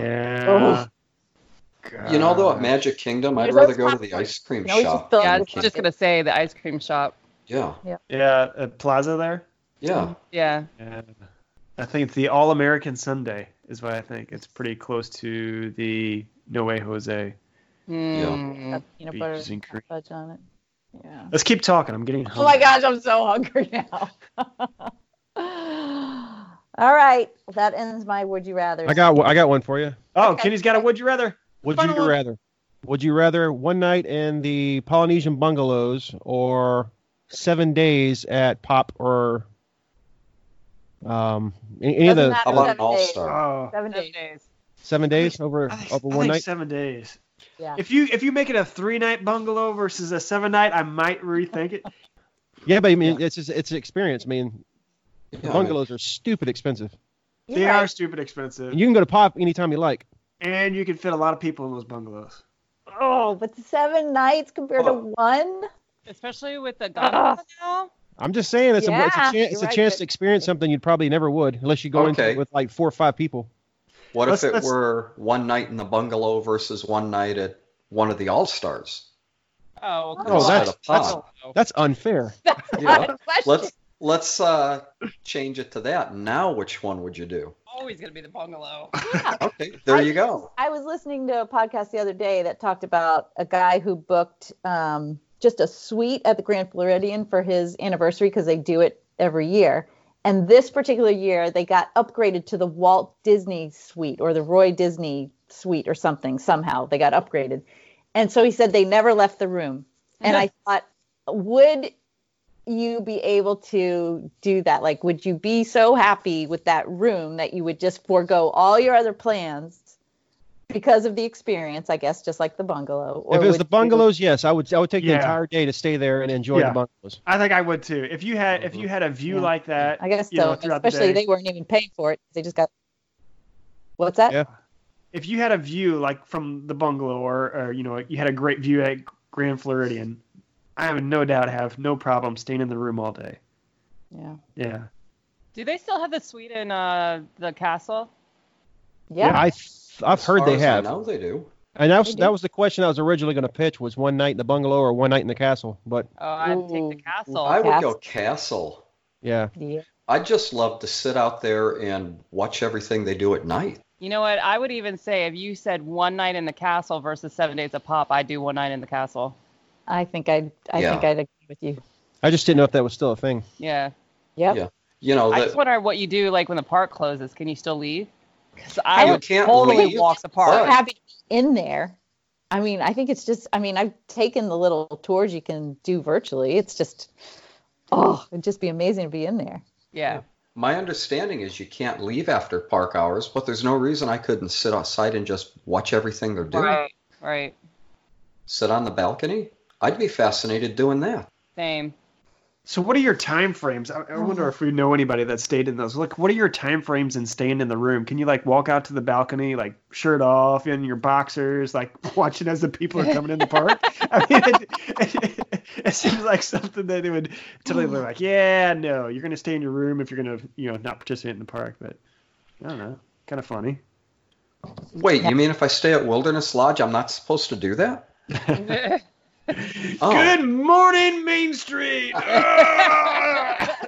S1: Yeah.
S5: You know, though, at
S3: Uh,
S1: God.
S5: Magic Kingdom, I'd
S4: There's
S5: rather
S4: those
S5: go to the
S4: popcorn.
S5: ice cream
S4: You know, we should
S5: shop.
S4: fill
S5: than
S2: Yeah, I
S5: the
S2: was
S4: it's
S5: candy.
S2: just gonna say the ice cream shop.
S5: Yeah.
S1: Yeah, a plaza there.
S2: Mm-hmm.
S5: Yeah.
S2: Yeah,
S1: Yeah. I think it's the All American Sunday is what I think. It's pretty close to the No Way Jose.
S2: Hmm.
S4: Got peanut butter
S1: Beaches and cream.
S4: fudge on it. Yeah.
S1: Let's keep talking. I'm getting hungry.
S4: Oh my gosh, I'm so hungry now. All right, that ends my would you rather.
S3: I got one- I got one for you.
S1: Oh,
S4: Okay.
S1: Kenny's got a would you rather.
S3: Would
S1: Final
S3: you
S1: one.
S3: rather? Would you rather one night in the Polynesian bungalows or seven days at Pop or um any any of the
S4: Doesn't matter.
S5: How
S3: uh,
S5: about an
S4: Seven
S5: all
S4: days.
S5: star?
S1: Oh.
S4: seven
S2: Seven
S4: days.
S2: days.
S3: seven days over
S1: I think-
S3: over
S1: I
S3: one
S1: think
S3: night?
S1: seven days.
S4: Yeah.
S1: If you if you make it a three night bungalow versus a seven night, I might rethink it.
S3: Yeah, but I mean it's just, it's an experience. I mean
S5: Yeah,
S3: the bungalows are stupid expensive.
S4: You're
S1: they
S4: right.
S1: are stupid expensive,
S3: And you can go to Pop anytime you like.
S1: and you can fit a lot of people in those bungalows.
S4: Oh, but seven nights compared
S5: Oh.
S4: to one.
S2: Especially with the gondola now.
S3: I'm just saying it's a it's a,
S4: Yeah,
S3: chan- it's a
S4: you're right,
S3: chance
S4: but-
S3: to experience something you probably never would unless you go into
S5: Okay.
S3: it with like four or five people.
S5: What
S1: Let's-
S5: if it
S1: let's-
S5: were one night in the bungalow versus one night at one of the all stars?
S2: Oh, well, come
S3: Oh,
S2: on.
S3: that's-
S5: that's-
S2: Gondola.
S3: That's unfair.
S5: Yeah.
S4: Question.
S5: Let's let's uh, change it to that. Now, which one would you do?
S2: always gonna be the bungalow.
S5: Okay, there
S4: I-
S5: you go.
S4: I was listening to a podcast the other day that talked about a guy who booked um, just a suite at the Grand Floridian for his anniversary because they do it every year. And this particular year, they got upgraded to the Walt Disney suite or the Roy Disney suite or something. Somehow they got upgraded. And so he said they never left the room. And I thought, would you be able to do that? Like, would you be so happy with that room that you would just forego all your other plans because of the experience? I guess just like the bungalow.
S3: if it was
S4: would
S3: the
S4: you-
S3: bungalows, yes, I would I would take
S1: Yeah.
S3: the entire day to stay there and enjoy
S1: Yeah.
S3: the bungalows.
S1: I think I would too. If you had if you had a view
S4: Yeah.
S1: like that,
S4: I guess
S1: you know,
S4: so.
S1: throughout the
S4: Especially
S1: day.
S4: they weren't even paying for it; they just got. What's that?
S3: Yeah.
S1: if you had a view like from the bungalow or, or you know you had a great view at Grand Floridian, I would no doubt have no problem staying in the room all day.
S4: Yeah.
S1: Yeah.
S2: Do they still have the suite in uh, the castle?
S4: Yeah.
S3: I I've
S5: As
S3: heard
S5: far
S3: they
S5: as
S3: have.
S5: I know they do.
S3: And that was,
S4: They do.
S3: that was the question I was originally going to pitch was one night in the bungalow or one night in the castle. But
S2: Oh, I'd take the
S4: Ooh.
S2: castle.
S5: I would
S4: Cast-
S5: go castle.
S3: yeah,
S4: Yeah.
S5: I'd just love to sit out there and watch everything they do at night.
S2: You know what? I would even say if you said one night in the castle versus seven days of pop, I'd do one night in the castle.
S4: I think I'd. I
S5: Yeah.
S4: think I'd agree with you.
S3: I just didn't know if that was still a thing.
S2: Yeah.
S4: Yep.
S5: Yeah. You know
S2: I
S5: that
S2: just wonder what you do like when the park closes. Can you still leave? Because
S4: I
S2: I
S5: You
S2: would
S5: can't
S2: totally
S5: leave,
S2: walk the
S4: I'm
S5: Right.
S2: park.
S4: happy to be in there. I mean, I think it's just. I mean, I've taken the little tours you can do virtually. It's just. Oh, it'd just be amazing to be in there.
S2: Yeah.
S5: my understanding is you can't leave after park hours, but there's no reason I couldn't sit outside and just watch everything they're doing.
S2: Right. Right.
S5: Sit on the balcony. I'd be fascinated doing that.
S2: Same.
S1: So what are your time frames? I, I wonder if we know anybody that stayed in those. Look, what are your time frames in staying in the room? Can you like walk out to the balcony, like shirt off in your boxers, like watching as the people are coming in the park? I mean, it, it, it seems like something that they would totally look like. Yeah, no, you're gonna stay in your room if you're gonna, you know, not participate in the park. But I don't know, kind of funny.
S5: Wait, you mean if I stay at Wilderness Lodge, I'm not supposed to do that? Oh,
S1: Good morning, Main Street. Ah!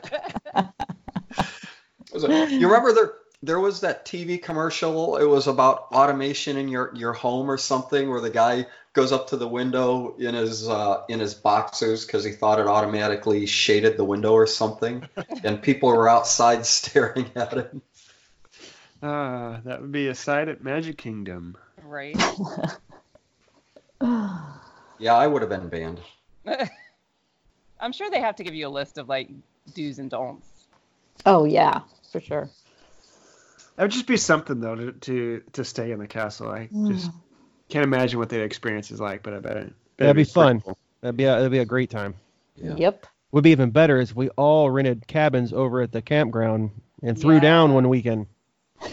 S5: Was it- you remember there there was that TV commercial. It was about automation in your your home or something, where the guy goes up to the window in his uh, in his boxers because he thought it automatically shaded the window or something, and people were outside staring at him.
S1: Ah, that would be a sight at Magic Kingdom.
S2: Right.
S4: Oh,
S5: Yeah, I would have been banned.
S2: I'm sure they have to give you a list of like do's and don'ts.
S4: oh yeah, for sure.
S1: That would just be something though to to, to stay in the castle. I
S2: Mm.
S1: just can't imagine what that experience is like, but I bet it. bet
S3: That'd be
S1: it'd pretty
S3: fun.
S1: cool.
S3: That'd be a, that'd be a great time.
S5: Yeah.
S4: Yep.
S3: Would be even better if we all rented cabins over at the campground and threw
S2: Yeah.
S3: down one weekend.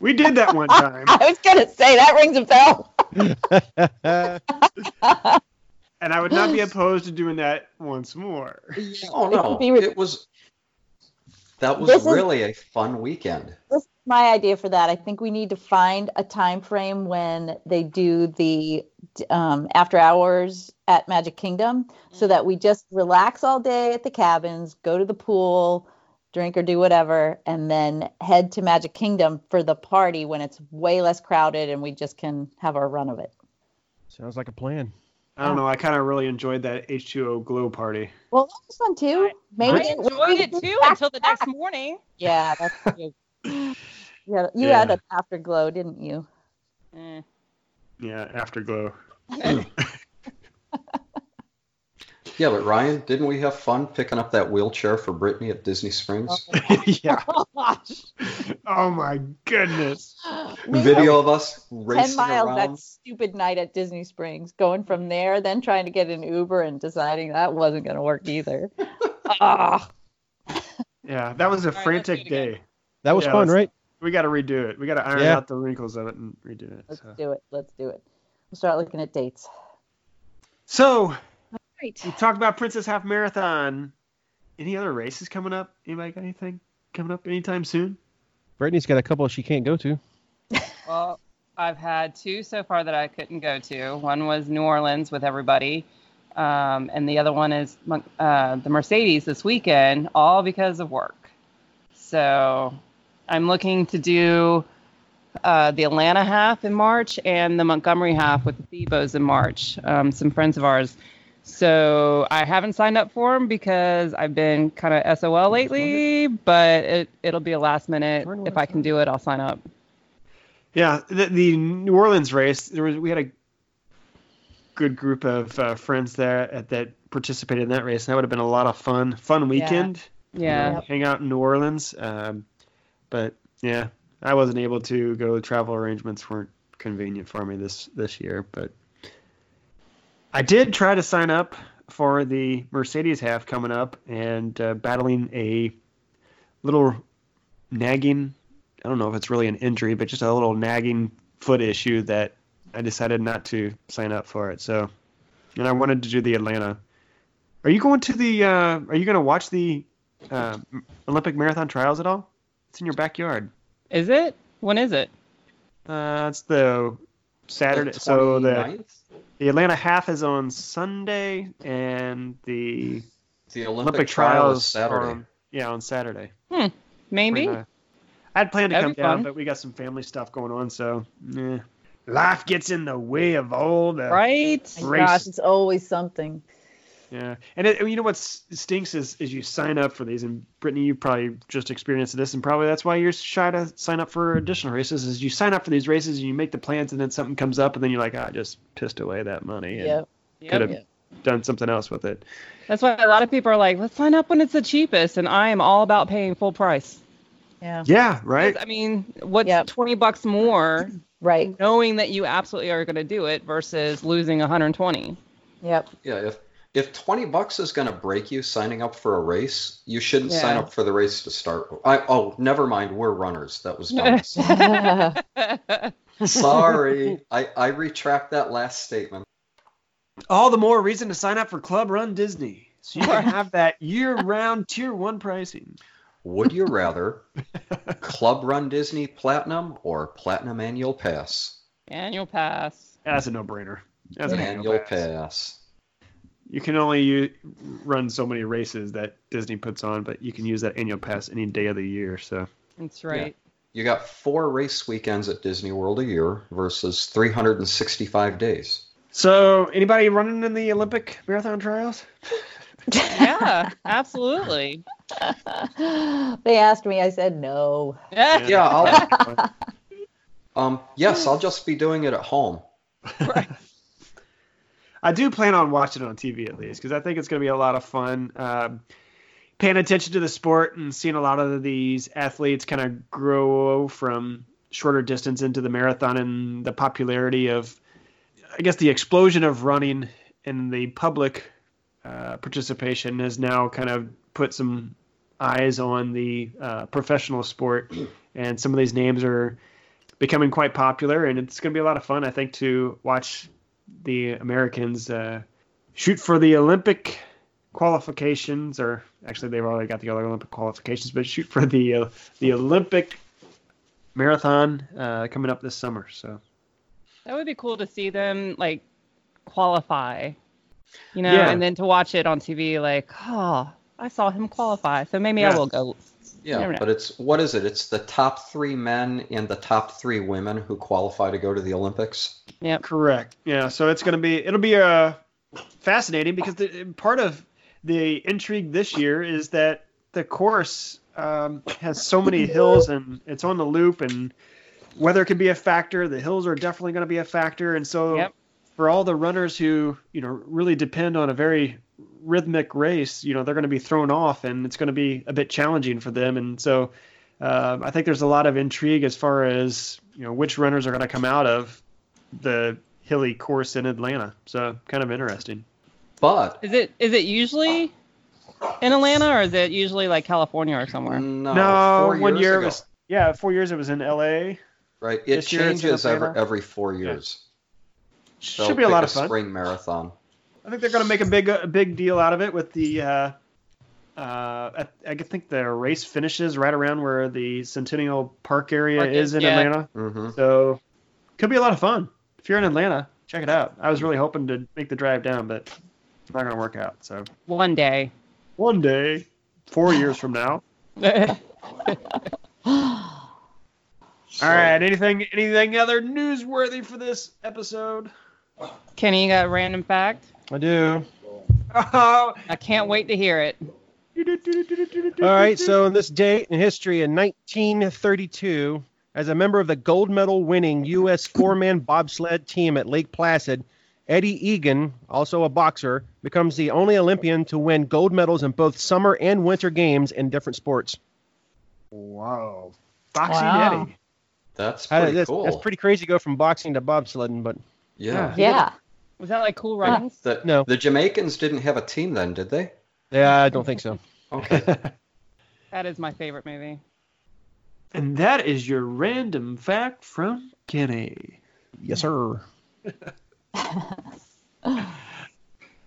S1: We did that one time,
S4: I was gonna say that rings a bell.
S1: and I would not be opposed to doing that once more.
S5: Oh
S4: It
S5: no,
S4: could be re-
S5: it was that was
S4: This is-
S5: really a fun weekend.
S4: This is my idea for that. I think we need to find a time frame when they do the um, after hours at Magic Kingdom, so that we just relax all day at the cabins, go to the pool, drink or do whatever, and then head to Magic Kingdom for the party when it's way less crowded and we just can have our run of it.
S3: Sounds like a plan.
S1: I
S2: Oh.
S1: don't know. I kind of really enjoyed that H2O glow party.
S4: Well, that was fun too. Maybe
S2: I
S4: we didn't- we
S2: enjoyed it
S4: didn't
S2: too
S4: back-
S2: until the next morning.
S4: Yeah, that's true. You had, you had
S1: Yeah.
S4: an afterglow, didn't you?
S2: Mm.
S1: Yeah, afterglow.
S5: Yeah, but Ryan, didn't we have fun picking up that wheelchair for Brittany at Disney Springs?
S4: Oh,
S1: yeah.
S4: Gosh.
S1: Oh my goodness.
S4: We
S5: Video of us
S4: were 10
S5: racing
S4: miles
S5: around.
S4: that stupid night at Disney Springs, going from there, then trying to get an Uber and deciding that wasn't going to work either. Ah,
S1: Yeah, that was a
S2: All right, let's do
S1: frantic
S2: it again.
S1: day.
S3: That was
S1: Yeah,
S3: fun,
S1: let's-
S3: right?
S1: We got to redo it. We got to iron
S3: Yeah.
S1: out the wrinkles of it and redo it.
S4: let's
S1: So,
S4: do it. Let's do it. We'll start looking at dates.
S1: so
S4: Right.
S1: we talked about Princess Half Marathon. Any other races coming up? Anybody got anything coming up anytime soon?
S3: Brittany's got a couple she can't go to.
S2: Well, I've had two so far that I couldn't go to. One was New Orleans with everybody, um, and the other one is Mon- uh, the Mercedes this weekend, all because of work. So I'm looking to do uh, the Atlanta half in March and the Montgomery half with the Thebos in March. Um, some friends of ours. So I haven't signed up for them because I've been kind of SOL lately, but it, it'll be a last minute.
S3: Turn
S2: If
S3: left
S2: I can do it, I'll sign up.
S1: Yeah, the, the New Orleans race. There was we had a good group of uh, friends there at, that participated in that race. and That would have been a lot of fun. Fun weekend.
S2: Yeah.
S1: know, hang out in New Orleans. Um, but yeah, I wasn't able to go. Travel arrangements weren't convenient for me this this year, but I did try to sign up for the Mercedes half coming up and uh, battling a little nagging. I don't know if it's really an injury, but just a little nagging foot issue that I decided not to sign up for it. So, and I wanted to do the Atlanta. Are you going to the? Uh, are you going to watch the uh, m- Olympic marathon trials at all? It's in your backyard.
S2: Is it? When is it?
S1: Uh, it's the Saturday.
S5: The
S1: so the
S5: 29th?
S1: the Atlanta half is on Sunday, and the
S5: the
S1: Olympic,
S5: trial
S1: trials
S5: is Saturday.
S1: are um, on- yeah, on Saturday.
S2: Maybe.
S1: We're gonna- I'd planned to
S2: That'd
S1: come
S2: be
S1: down,
S2: fun.
S1: but we got some family stuff going on, so eh. life gets in the way of all the
S2: Right?
S4: My gosh,
S1: Race.
S4: it's always something.
S1: Yeah, and it, you know what s- stinks is is you sign up for these, and Brittany, you probably just experienced this, and probably that's why you're shy to sign up for additional races. Is you sign up for these races and you make the plans, and then something comes up, and then you're like, "Ah, I just pissed away that money and
S4: Yep.
S1: could have
S2: Yep.
S1: done something else with it.
S2: That's why a lot of people are like, let's sign up when it's the cheapest. And I am all about paying full price.
S4: Yeah.
S1: Yeah, right.
S2: 'Cause, I mean, what's
S4: Yep.
S2: 20 bucks more
S4: Right.
S2: knowing that you absolutely are going to do it versus losing 120?
S4: Yep.
S5: Yeah, if if twenty bucks is going to break you signing up for a race, you shouldn't
S2: Yeah.
S5: sign up for the race to start. with. I oh, never mind. We're runners. That was dumb. Sorry, I I retract that last statement.
S1: All the more reason to sign up for Club Run Disney, so you can have that year-round Tier One pricing.
S5: Would you rather Club Run Disney Platinum or Platinum Annual Pass?
S2: Annual pass.
S1: That's a no-brainer. That's an
S5: Annual Pass.
S1: You can only u- run so many races that Disney puts on, but you can use that annual pass any day of the year. So
S2: That's right.
S5: You got four race weekends at Disney World a year versus 365 days.
S1: So, anybody running in the Olympic marathon trials?
S2: Yeah, absolutely.
S4: they asked me. I said no.
S2: Yeah.
S5: Yeah, I'll,
S1: I'll,
S5: um, yes, I'll just be doing it at home.
S2: Right.
S1: I do plan on watching it on TV at least because I think it's going to be a lot of fun. Um, paying attention to the sport and seeing a lot of these athletes kind of grow from shorter distance into the marathon and the popularity of, I guess, the explosion of running and the public uh, participation has now kind of put some eyes on the uh, professional sport. And some of these names are becoming quite popular, and it's going to be a lot of fun, I think, to watch the Americans uh, shoot for the Olympic qualifications, or actually they've already got the other Olympic qualifications, but shoot for the uh, the Olympic marathon uh, coming up this summer. So
S2: That would be cool to see them like qualify, you know,
S1: Yeah.
S2: and then to watch it on TV. Like, oh, I saw him qualify, so maybe
S1: Yeah.
S2: I will go. Never
S5: Yeah,
S2: know.
S5: but it's what is it? It's the top three men and the top three women who qualify to go to the Olympics.
S1: correct, yeah. So it's going to be it'll be uh, fascinating because the, part of the intrigue this year is that the course um, has so many hills and it's on the loop and weather can be a factor. The hills are definitely going to be a factor, and so
S2: Yep.
S1: for all the runners who you know really depend on a very rhythmic race, you know they're going to be thrown off, and it's going to be a bit challenging for them. And so um, I think there's a lot of intrigue as far as you know which runners are going to come out of the hilly course in Atlanta. So kind of interesting.
S5: But
S2: Is it is it usually in Atlanta or is it usually like California or somewhere?
S5: no,
S1: No,
S5: four
S1: one
S5: years
S1: year
S5: ago,
S1: was- Yeah, four years it was in L.A.
S5: right. It
S1: this year it's in
S5: changes every
S1: Atlanta.
S5: every four years. They'll
S1: Should be a
S5: pick
S1: lot of fun.
S5: Spring marathon.
S1: I think they're going to make a big a big deal out of it with the. Uh, uh, I, I think the race finishes right around where the Centennial Park area
S2: Park is-
S1: is in
S2: yeah.
S1: Atlanta,
S5: hmm
S1: so could be a lot of fun. If you're in Atlanta, check it out. I was really hoping to make the drive down, but it's not going to work out. So
S2: One day.
S1: one day, four years from now. All right. Anything anything other newsworthy for this episode?
S2: Kenny, you got a random fact?
S3: I do.
S1: Oh.
S2: I can't wait to hear it.
S3: All right. So on this date in history, in 1932, as a member of the gold medal winning U.S. four-man bobsled team at Lake Placid, Eddie Egan, also a boxer, becomes the only Olympian to win gold medals in both summer and winter games in different sports.
S1: Wow. Boxing
S4: Wow.
S1: Eddie.
S5: That's
S3: Uh,
S5: pretty
S3: that's,
S5: cool.
S3: that's pretty crazy to go from boxing to bobsledding, but
S5: Yeah.
S4: yeah.
S2: Was that like cool runnings?
S5: The,
S3: No.
S5: the Jamaicans didn't have a team then, did they?
S3: yeah, I don't think so.
S5: Okay.
S2: That is my favorite movie.
S1: And that is your random fact from Kenny.
S3: Yes, sir.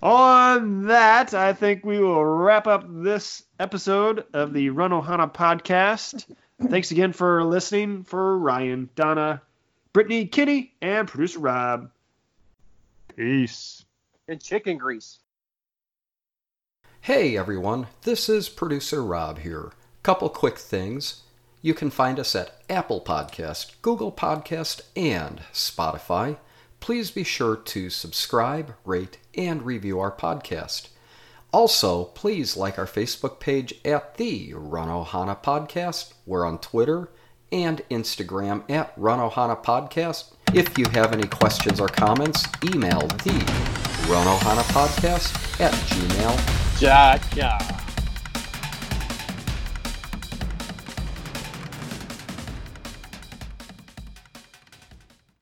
S1: On that, I think we will wrap up this episode of the Run Ohana podcast. Thanks again for listening for Ryan, Donna, Brittany, Kenny, and producer Rob. Peace.
S3: And chicken grease.
S5: Hey everyone, this is producer Rob here. Couple quick things. You can find us at Apple Podcast, Google Podcast, and Spotify. Please be sure to subscribe, rate, and review our podcast. Also, please like our Facebook page at the Run Ohana Podcast. We're on Twitter and Instagram at Run Ohana Podcast. If you have any questions or comments, email the Run Ohana Podcast at gmail
S6: Cha cha.